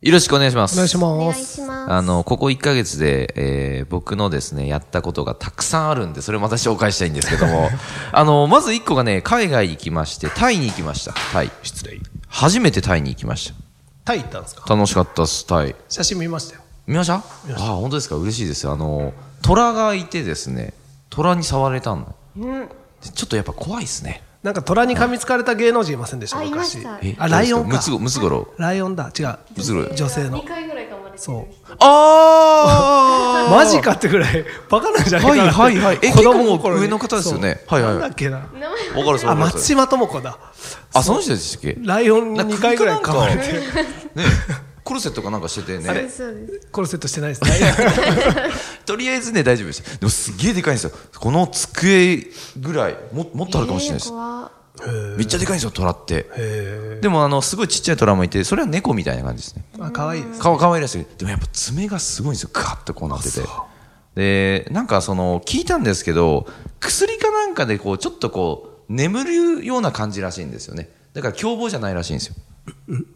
よろしくお願いします。お願いしお願まいす。します。あの、ここ1ヶ月で、えー僕のですね、やったことがたくさんあるんで、それまた紹介したいんですけど も、あの、まず1個がね、海外行きまして、タイに行きました。タイ。失礼。初めてタイに行きましタイ行ったんですかた。楽しかったっす、タイ。写真見ましたよ。見ましたああ、本当ですか嬉しいです。あの、虎がいてですね、虎に触れたの。でちょっとやっぱ怖いですね。なんか虎に噛みつかれた芸能人いませんでしたあいまし昔。たえあ、ライオどンうでかす。ムツゴムツゴ ロウ。ライオンだ。違う。ムツゴロウ。女性の。回ぐらいかまでそう。あー マジかってぐらい、バカなんじゃないはかいな。はいはい。え、子結供の構頃に上の方ですよね。そはういはい。なわんだかっけな。るですあ、わかるで松す。島智子だ。あ、その人でしたっけライオンに2回ぐらい噛まれなて。ね、コルセットかなんかしててね。そうです。コルセットしてないですね。とりあえずね、大丈夫でした。でもすっげえでかいんですよ。この机ぐらい、ももっとあるかもしれないです。怖めっちゃでかいんですよ、虎って。へでもあの、すごいちっちゃい虎もいて、それは猫みたいな感じですね。ーあ、可愛いです。顔可愛らしいでもやっぱ爪がすごいんですよガッとこうなっててでなんかその聞いたんですけど薬かなんかでこうちょっとこう眠るような感じらしいんですよねだから凶暴じゃないらしいんですよ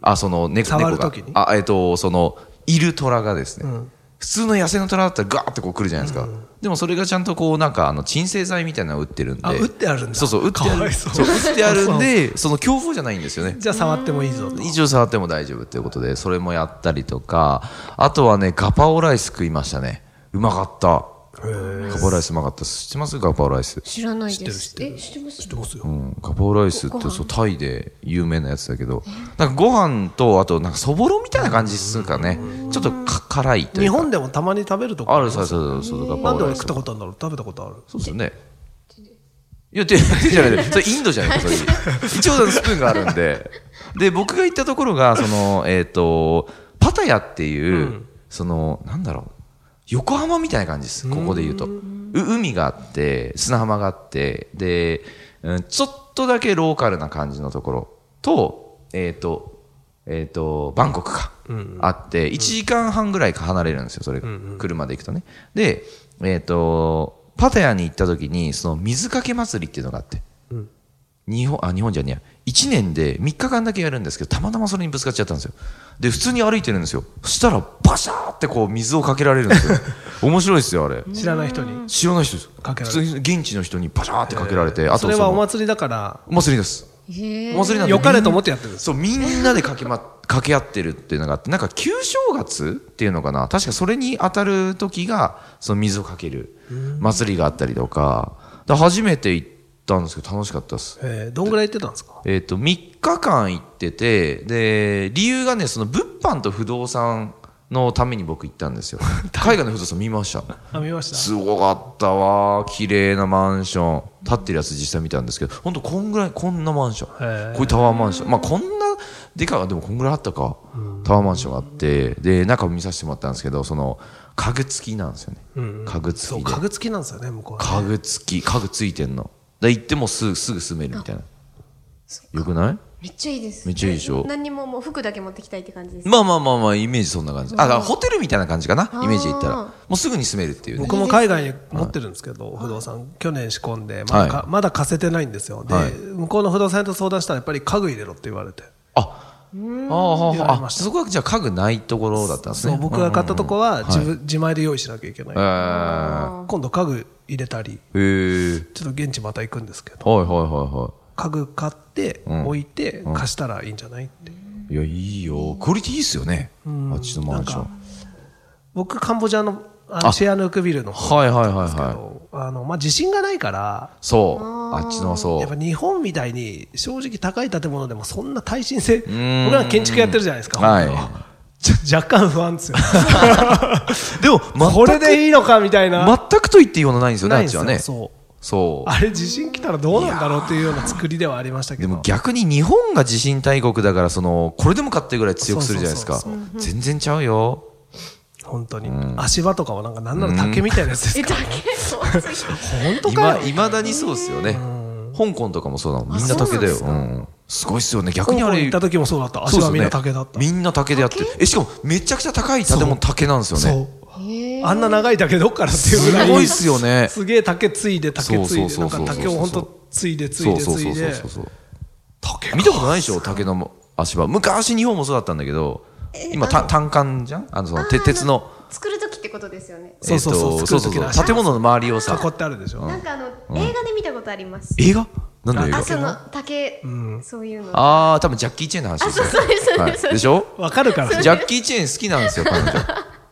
あその猫触る猫が時にあえっとそのいる虎がですね、ん普通の野生の虎だったらガーってこう来るじゃないですか、でもそれがちゃんとこうなんかあの鎮静剤みたいなのを打ってるんであ打ってあるんだそうそう打ってあかわるいそうそう打ってあるん でその凶暴じゃないんですよねじゃあ触ってもいいぞと。以上触っても大丈夫ということで、それもやったりとか、あとはね、ガパオライス食いましたね。うまかった。ガパオライスうまかったです。知ってますガパオライス。知らないです。知ってるえ、知ってます知ってますうよ。ん、ガパオライスっごてご飯そうタイで有名なやつだけど、なんかご飯と、あとなんかそぼろみたいな感じでするかね。ちょっとか辛いとい日うか。本でもたまに食べるとこある、そうそうそう、ガなパんオでラ俺イス食っ。たことあるんだろう食べたことある。そうですよね。いや、手手じゃ ない。それインドじゃないか、それ。一応スプーンがあるんで。で、僕が行ったところが、その、えっ、と、パタヤっていう、その、なんだろう。横浜みたいな感じです、ここで言うと。う海があって、砂浜があって、で、うん、ちょっとだけローカルな感じのところと、えっ、と、えっ、と、バンコクか、あって、1時間半ぐらいか離れるんですよ、それが。車で行くとね。で、えっ、と、パタヤに行った時に、その水かけ祭りっていうのがあって、日本、あ、日本じゃねえや、1年で3日間だけやるんですけど、たまたまそれにぶつかっちゃったんですよ。で、普通に歩いてるんですよ。そしたら、バシャーってこう水をかけられるん ですよ。面白いですよ、あれ。知らない人に。知らない人です。かけら普れ通るに現地の人にバシャーってかけられて、それそのはお祭りだから、お祭りです。へお祭りなんで良かれと思ってやってるんですそうみんなでかけ,、ま、 かけ合ってるっていうのがあってなんか旧正月っていうのかな確かそれに当たる時がその水をかける祭りがあったりとかだから初めて行ったんですけど楽しかったですえーどんぐらい行ってたんですかえっ、と3日間行っててで理由がねその物販と不動産のために僕行ったんですよ海外の不動産見ましたあ、見ました。すごかったわ綺麗なマンション立ってるやつ実際見たんですけど本当こんぐらいこんなマンションへーこういうタワーマンションまあこんなでかいでもこんぐらいあったかタワーマンションがあってで中見させてもらったんですけどその家具付きなんですよね家具そ付う、きで家具付きなんですよね、向こうは家具付き家具付いてんので行ってもすぐすぐ住めるみたいなよくないめっちゃいいです。めっちゃいいでしょ何にももう服だけ持ってきたいって感じです。まあまあまあまあイメージそんな感じあだからホテルみたいな感じかなイメージで言ったらあーもうすぐに住めるっていうね僕も海外に持ってるんですけど、不動産、去年仕込んで、まだかまだ貸せてないんですよ。ではい、向こうの不動産屋と相談したら、やっぱり家具入れろって言われて。あああ言われああましたそこはじゃあ家具ないところだったんですねそう、僕が買ったとこは、はい自分、自前で用意しなきゃいけない。え今度家具入れたり、ー、へえちょっと現地また行くんですけど、はいはいは家具買って、ん置いて、貸したらいいんじゃないって。いはいいやいいよクオリティいいっすよねあっちのマンション僕、カンボジアの、あのシェアヌークビルの方はいはいはいですけはいど、あの、まあ、地震がないから、そうあっちのそやっぱう日本みたいに正直高い建物でもそんな耐震性、ん僕ら建築やってるじゃないですか、はい本当はちょ若干不安ですよ、 でも これでいいのかみたいな、全くと言っていいようのないんですよねなあいんっですちよはねそうそうあれ、地震来たらどうなんだろうっていうような作りではありましたけでど、も逆に日本が地震大国だからそのこれでもかってぐらい強くするじゃないですかそうそう全然ちゃうよ本当に。足場とかもなんかなんなら竹みたいなやつですえ、かだら。けそうすぎ本当か今よ。いまだにそうですよね香港とかもそうだもんみんな竹だようんすごいっすよね逆香にあ港れ行った時もそうだった。足そ場うみでんすよなね竹だった。みんな竹でやってるえしかもめちゃくちゃ高い建物竹なんですよねそう。あんな長い竹どっからっていうぐすらい。ごいっすよねすげえ竹ついで竹ついでそなうんそかうそうそうそう竹を本当ついでついそうでつそうそいうでそうそう竹か見たことないでしょ竹の足場昔日本もそうだったんだけど今た単管じゃんあのそのて鉄の作る時ってことですよね。そうそうそうえっとそうそう作る時の足そう建物の周りをさ囲ってあるでしょなんかあの、映画で見たことあります。映画なんだよ映あ、画その竹、そういうの。ああ多分ジャッキー・チェンの話ですよあそうですそうですはいそうですでしょわかるからジャッキー・チェーン好きなんですよ、彼女。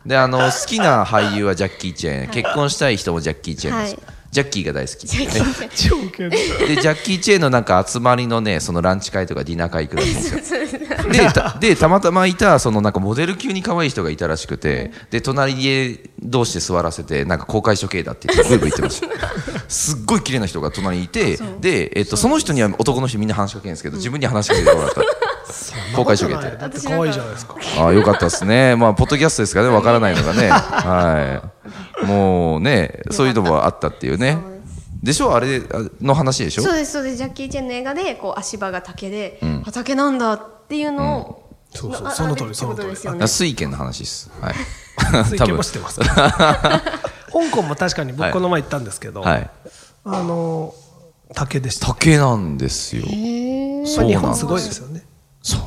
で、あの、好きな俳優はジャッキー・チェーン、結婚したい人もジャッキー・チェーンです、はジャッキーが大好き。ジャッキーち超ウケるで、ジャッキー・チェーンのなんか集まりのね、そのランチ会とかディナー会行くらしいんですよ。 ゃんでた、で、たまたまいた、そのなんかモデル級に可愛い人がいたらしくて、で、隣へ同士で座らせて、なんか公開処刑だって言って、ブーブー言ってました。すっごい綺麗な人が隣にいて、で、えっと、その人には男の人みんな話しかけるんですけど、自分には話しかけてもらった。公開処刑で。だって可愛いじゃないですかああ、よかったですね。まあ、ポッドキャストですからね、わからないのがね。はい。もうね、そういうのもあったっていうね。でしょあれあの話でしょそうです、そうです。ジャッキー・チェンの映画で、こう、足場が竹で、あ、竹なんだっていうのを、そうそうあその通ありってそのこと通りですよねあ。水軒の話です。はい。 水多球分もしてます香港も確かにはい僕この前行ったんですけどはい。あの竹でした竹なんですよ。そう日なんで本すすごいですよねそう。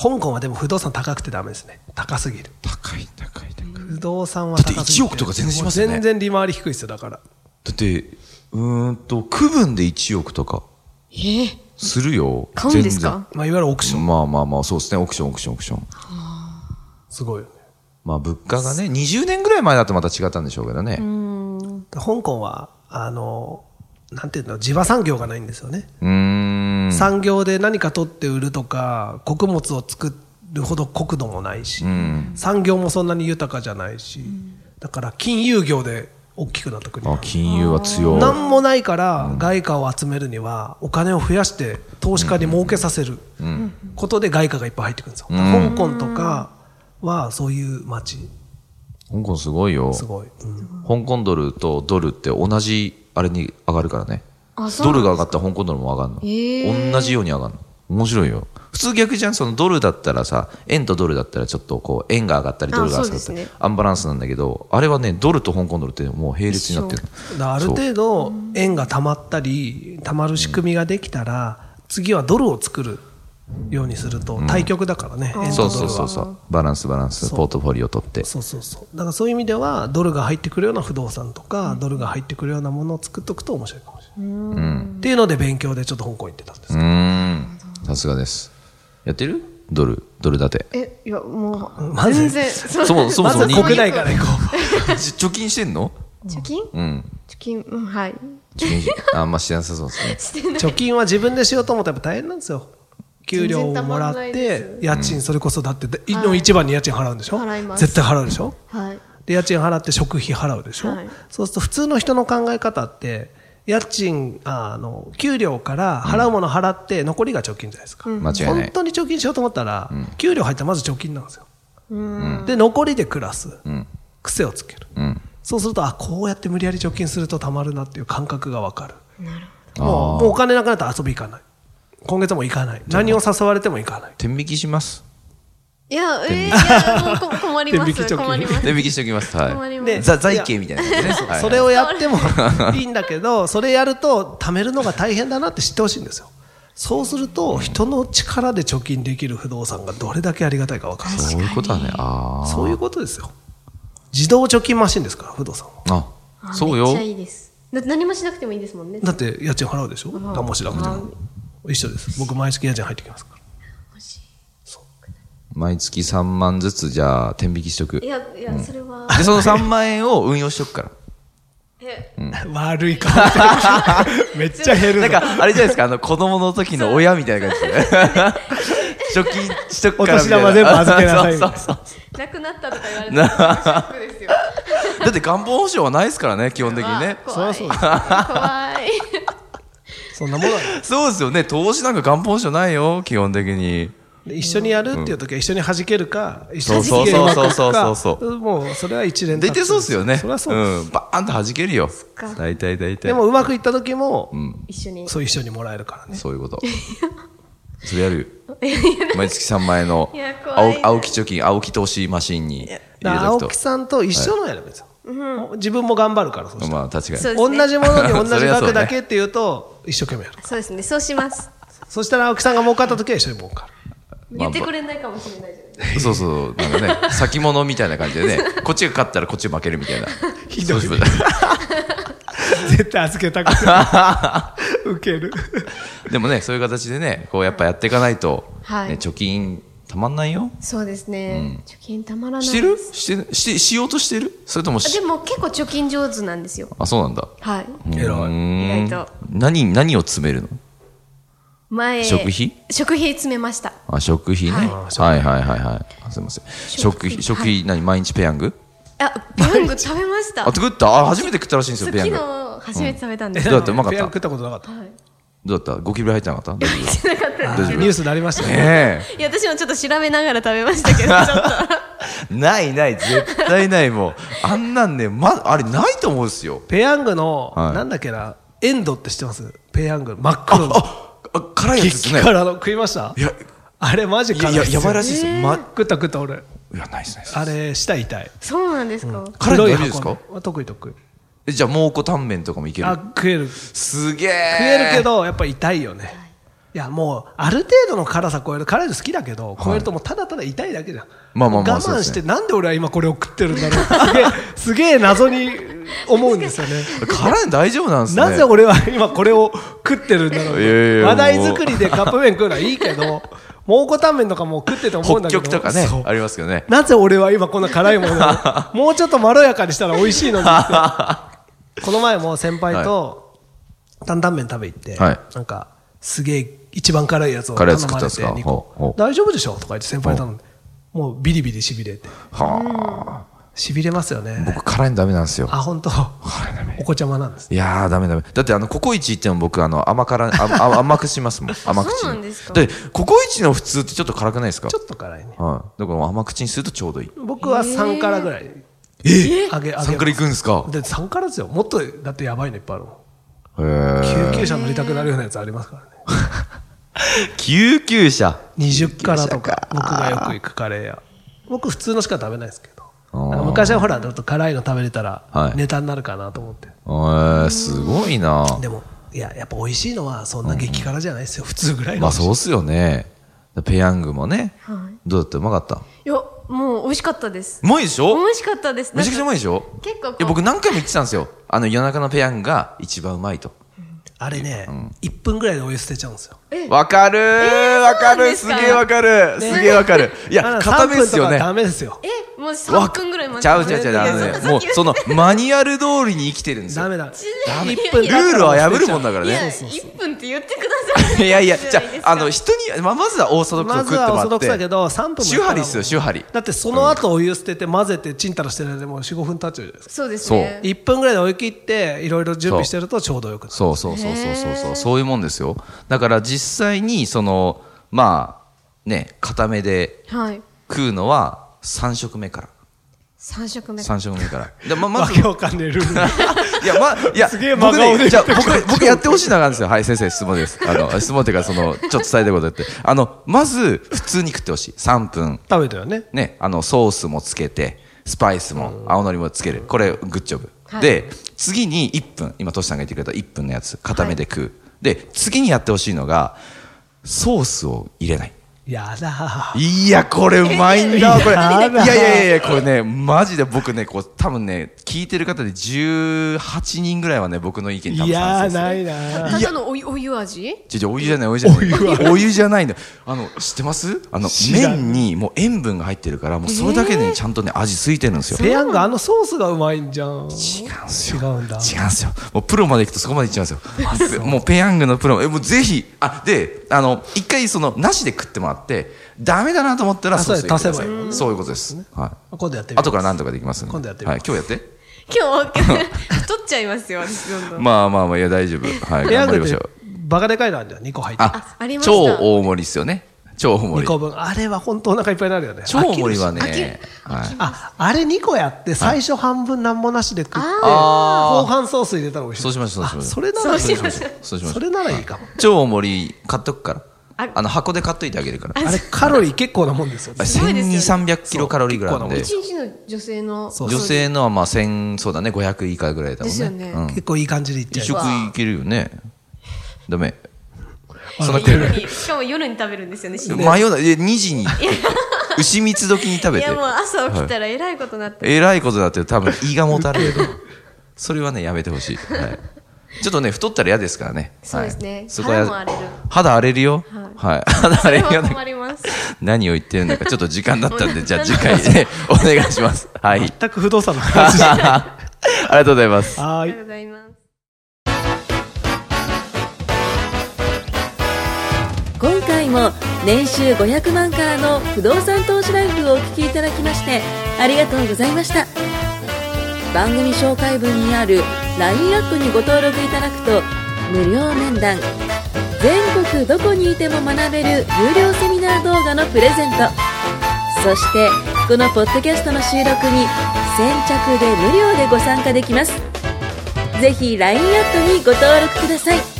香港はでも不動産高くてダメですね高すぎる高い、高い、高い。不動産は高すぎだって1億とか全然しますよねもう全然利回り低いですよだからだって、うーんと、区分で1億とかえー、するよ。買うんですかまあいわゆるオークシ全ョン然まあまあまあ、そうですね。オークション、オークション、オークション。すごいよねまあ、物価がね、20年ぐらい前だとまた違ったんでしょうけどね。香港はあのなんていうの地場産業がないんですよねうーん。産業で何か取って売るとか穀物を作るほど国土もないし、産業もそんなに豊かじゃないし、だから金融業で大きくなった国あ、金融は強い。何もないから外貨を集めるにはお金を増やして投資家に儲けさせることで外貨がいっぱい入ってくるんですよ、香港とかはそういう街香港すごいよ。すごい、うん香港ドルとドルって同じあれに上がるからね。あそうドなんルが上がったら香港ドルも上がるの。へ同じように上がるの。面白いよ。普通逆じゃん、そのドルだったらさ、円とドルだったらちょっとこう、円が上がったりドルが上があったそうり、ですねアンバランスなんだけど、あれはね、ドルと香港ドルってもう並列になってるの。だからある程度円がたまったりたまる仕組みができたら次はドルを作るようにすると対極だからね、円とドルはそうそうそうそう。バランスバランス、そうポートフォリオ取って。そうそうそうだからそういう意味ではドルが入ってくるような不動産とか、ドルが入ってくるようなものを作っとくと面白いかもしれない、っていうので勉強でちょっと香港行ってたんです、うーん。さすがです。やってるドル、ドル建 て。え、いや、もう、まず全然、そそもそもまそずもはに国内から行こ貯金してんの貯金うん。貯金、うん、はい。貯金あんましてなさそうです ね。う貯金は自分でしようと思ったらやっぱ大変なんですよ給料をもらっ全然たまんないでて家賃それこそだってでの一番に家賃払うんでしょ払います絶対払うでしょはい。で家賃払って食費払うでしょ、はいそうすると普通の人の考え方って家賃ああの給料から払うもの払って残りが貯金じゃないですか、間違いな本い。当に貯金しようと思ったら、給料入ったらまず貯金なんですよ、で残りで暮らす、癖をつける、んそうするとあこうやって無理やり貯金するとたまるなっていう感覚が分かるあーもうもうお金なくなったら遊び行かない今月も行かない何を誘われても行かない天引きします。いや、えー、いや、もうこ困りま天引き貯す。金困ります。天引きしておきます。困はりい。ますでざ財形みたいなやつね。はいそれをやってもいいんだけど、それやると貯めるのが大変だなって知ってほしいんですよ。そうすると、人の力で貯金できる不動産がどれだけありがたいか分かる。そういうことだね。ああ。そういうことですよ。自動貯金マシンですから、不動産は。あ、そうめっよちゃ。いいです。だって何もしなくてもいいですもんね。だって家賃払うでしょ何もしなくても。一緒です。僕、毎月家賃入ってきますから。毎月3万ずつじゃあ天引きしとく。いで、や、いや、それは、その3万円を運用しとくから。え、 悪い顔 してるめっちゃ減るな なんか、あれじゃないですか、あの、子供の時の親みたいな感 じで。貯金しとくからみたいな。お年玉全部預けなさいそみたいなう そうそなくなったとか言われたら、ショッ クですよ。うだって元本保証はないですからね、基本的にねあ。怖い。そ怖りい。そんなものはそうですよね。投資なんか元本保証ないよ、基本的に。で一緒にやるっていう時は一緒に弾けるか、一緒にそうそうそうそうそう弾けるかもうそれは一連大体そうっすよね。それはそうです、ん。バーンと弾けるよか。大体大体。でもうまくいった時も、うん。 一緒にそう一緒にもらえるからねそういうこと。それやるよ。 毎月3万円のいや怖い青青木貯金、青木投資マシンに入だれからと青く木さんと一緒のやればいいですよ、自分も頑張るからと。そしたら、まあ確かそうです同ねじも のに同そじれはそうね額だけっていうと一生懸命やるそうですねそうしますそしたら青木さんが儲かった時は一緒に儲かるまあ言ってくれないかもしれないじゃないですか に。そうそう。なんかね、先物みたいな感じでね、こっちが勝ったらこっち負けるみたいな。ひどいそうそう絶対預けたく ない。受ける。でもね、そういう形でね、こうやっぱやっていかないと、はいね、貯金たまんないよ。そうですね、貯金たまらないしてるですしてして、しようとしてるそれともあしで、も結構貯金上手なんですよあ、そうなんだ。はい偉いい意外と。何、何を詰めるの前食費食費詰めましたあ、食費ね。ははいはいはいはい。あすみません。食費、食費、何毎日ペヤングあペヤング食べましたあ、作ったあ、初めて食ったらしいんですそうよ、ペヤ昨ング。日ど初めて食べたんでえす、 どうだったうまかったペヤング食ったことなかった。はいだった ?5 キロ入ってなかった大丈夫してなかった大丈夫ニュースになりましたね。ねいや私もちょっと調べながら食べましたけどちょっ とえ。 ないない、絶対ない、もう。あんなんね、ま、あれないと思うんですよ。ペヤングの、はいなんだっけな、エンドって知ってますペヤング、真っ黒の。あ、あ辛いやつですね激。辛の食いましたいや、あれマジい辛や、いいややばいらしいですよ。ま、食った食った俺。いや、ないですね。あれ、舌痛い。そうなんですか、辛いの大黒丈夫です箱かのあ得意得意。えじゃあ、蒙古タンメンとかもいけるあ、食える。食すげええるけど、やっぱ痛いよね。いや、もう、ある程度の辛さ超える。辛いの好きだけど、超えるともうただただ痛いだけじゃん。まあまあまあ我そうで慢すしねて、なんで俺は今これを食ってるんだろうってすげえ、 すげえ謎に思うんですよね。辛いの大丈夫なんですねなぜ俺は今これを食ってるんだろういやいやいや話題作りでカップ麺食うのはいいけど蒙古タンメンとかも食ってて思う北んだけど極とかねそうありますけどねなぜ俺は今こんな辛いもの をもうちょっとまろやかにしたら美味しいの にってこの前も先輩と担々麺食べ行って、はいなんかすげえ一番辛いやつを辛い頼やつ食ったまんれですてか二ほうほ個う大丈夫でしょとか言って先輩頼んでもうビリビリしびれてはあしびれますよね僕辛いのダメなんですよあ本当お子ちゃまなんですいやーダメダメだってあのココイチ行っても僕あの甘辛あ あ甘くしますもん甘口にそうなんですかだってココイチの普通ってちょっと辛くないですかちょっと辛いねはい、だから甘口にするとちょうどいい僕は3からぐらいえ上げ上げます3からいくんですかで3からですよもっとだってやばいのいっぱいあるもんへー救急車乗りたくなるようなやつありますからね救急車20からと救急車かか僕がよく行くカレー屋僕普通のしか食べないですけあーどなんか昔はほらちょっと辛いの食べれたはらいネタになるかなと思って、えー、すごいなでもいややっぱ美味しいのはそんな激辛じゃないですよ普通ぐらいのまあそうっすよねペヤングもね、はどうだったうまかったいやもう美味しかったですうまいでしょ美味しかったですめちゃくちゃうまいいでしょ結構こういや僕何回も言ってたんですよあの夜中のペヤングが一番うまいとあれね、1分ぐらいでお湯捨てちゃうんですよわかるーわかるすそうなんですかげえわかるすげえわかるいあやの固めですよ3分とかねダメですよえもうわ3分ぐらい待ちゃうちゃうちゃうあのねもうそのマニュアル通りに生きてるんですダよメだダメ1ル分だったらールは破るもんだからいやね1分って言ってくださいいやいやじゃいいですあかあの人にまあまずはオーソドックスをま食ずってはオーソもらドっックスだけてど3分も週張りっすよ週張りだってその後お湯捨てて混ぜてチンタラしてる間でもう45分経っちゃうじゃないですかそうですね1分ぐらいで追い切っていろいろ準備してるとちょうどよくなるそうそうそうそうそうそうそういうもんですよだから実際にそのまあね固めではい食うのは3食目から3食目三食目からでままわずけわかんねえルール いやまいやすげえ僕真顔ねでじゃあ僕僕やってほしいのがあるんですよはい先生質問ですあ の質問っていうかそのちょっと伝えたいことやってあのまず普通に食ってほしい3分 食べたよねねあのソースもつけてスパイスも青のりもつけるこれグッジョブ、はいで次に1分今トシさんが言ってくれた1分のやつ固めで食う、で次にやってほしいのがソースを入れないやだいや、これうまいんだ、これ。いややいだやいやいや、これね、マジで僕ね、こう、多分ね、聞いてる方で18人ぐらいはね、僕の意見多い分賛成やする。ないなただのお湯お湯味ちょちょ、お湯じゃない、お湯じゃない。お湯じゃないんだ。あの、知ってますあの、知らん麺にもう塩分が入ってるから、もうそれだけでね、ちゃんとね、味ついてるんですよ。ペヤングあのソースがうまいんじゃ違んうんですよ。違うん違うだんですよ。もうプロまで行くとそこまで行っちゃうんですよ。もうペヤングのプロ、え、もうぜひ、あ、で、あの、一回その、なしで食ってもらって、ダメだなと思ったら、あそうだソース入れてくださ足せばいいもんねそういうことです。はい。今度やってみる後から何とかできますんで今度やってみはまい、今日やって今日太っちゃいますよ私どんどんまあまあまあいや大丈夫はいペヤ頑張りまングっしてょうバカでかいのあるじゃん2個入ってあありました超大盛りっすよね超大盛2り個分あれは本当お腹いっぱいになるよね超大盛りはねね、はい、ああれ2個やって最初半分なんもなしで食ってあー後半ソース入れたら美味しいそうしましょうそうしましょうあそれならいいそうしましょうそうしましょうそれならいいかも超大盛り買っとくからああの箱で買っといてあげるからあれカロリー結構なもんですよねすごいですよね1200300キロカロリーぐらいなんで一日の女性のそう女性のはまあ1000そうだね500以下ぐらいだもんねですよねうん結構いい感じでいっち一ゃ食ういけるよねダメそんな食え夜るにしかも夜に食べるんですよね真夜中え2時に牛蜜時に食べいてやもう朝起きたはいらえらいことになってる、えらいことだって多分胃がもたれるけど それはねやめてほしい、はい、ちょっとね太ったら嫌ですからねそうですねそこは肌も荒れる肌荒れるよはいはい、肌荒れるそれよは困ります何を言ってるのかちょっと時間だったんでじゃあ次回 ねお願いしますはい全く不動産のあ 話りがとうございますはーあいりがとうございます今回も年収500万からの不動産投資ライフをお聞きいただきましてありがとうございました番組紹介文にある LINE アップにご登録いただくと無料面談全国どこにいても学べる有料セミナー動画のプレゼントそしてこのポッドキャストの収録に先着で無料でご参加できますぜひ LINE アットにご登録ください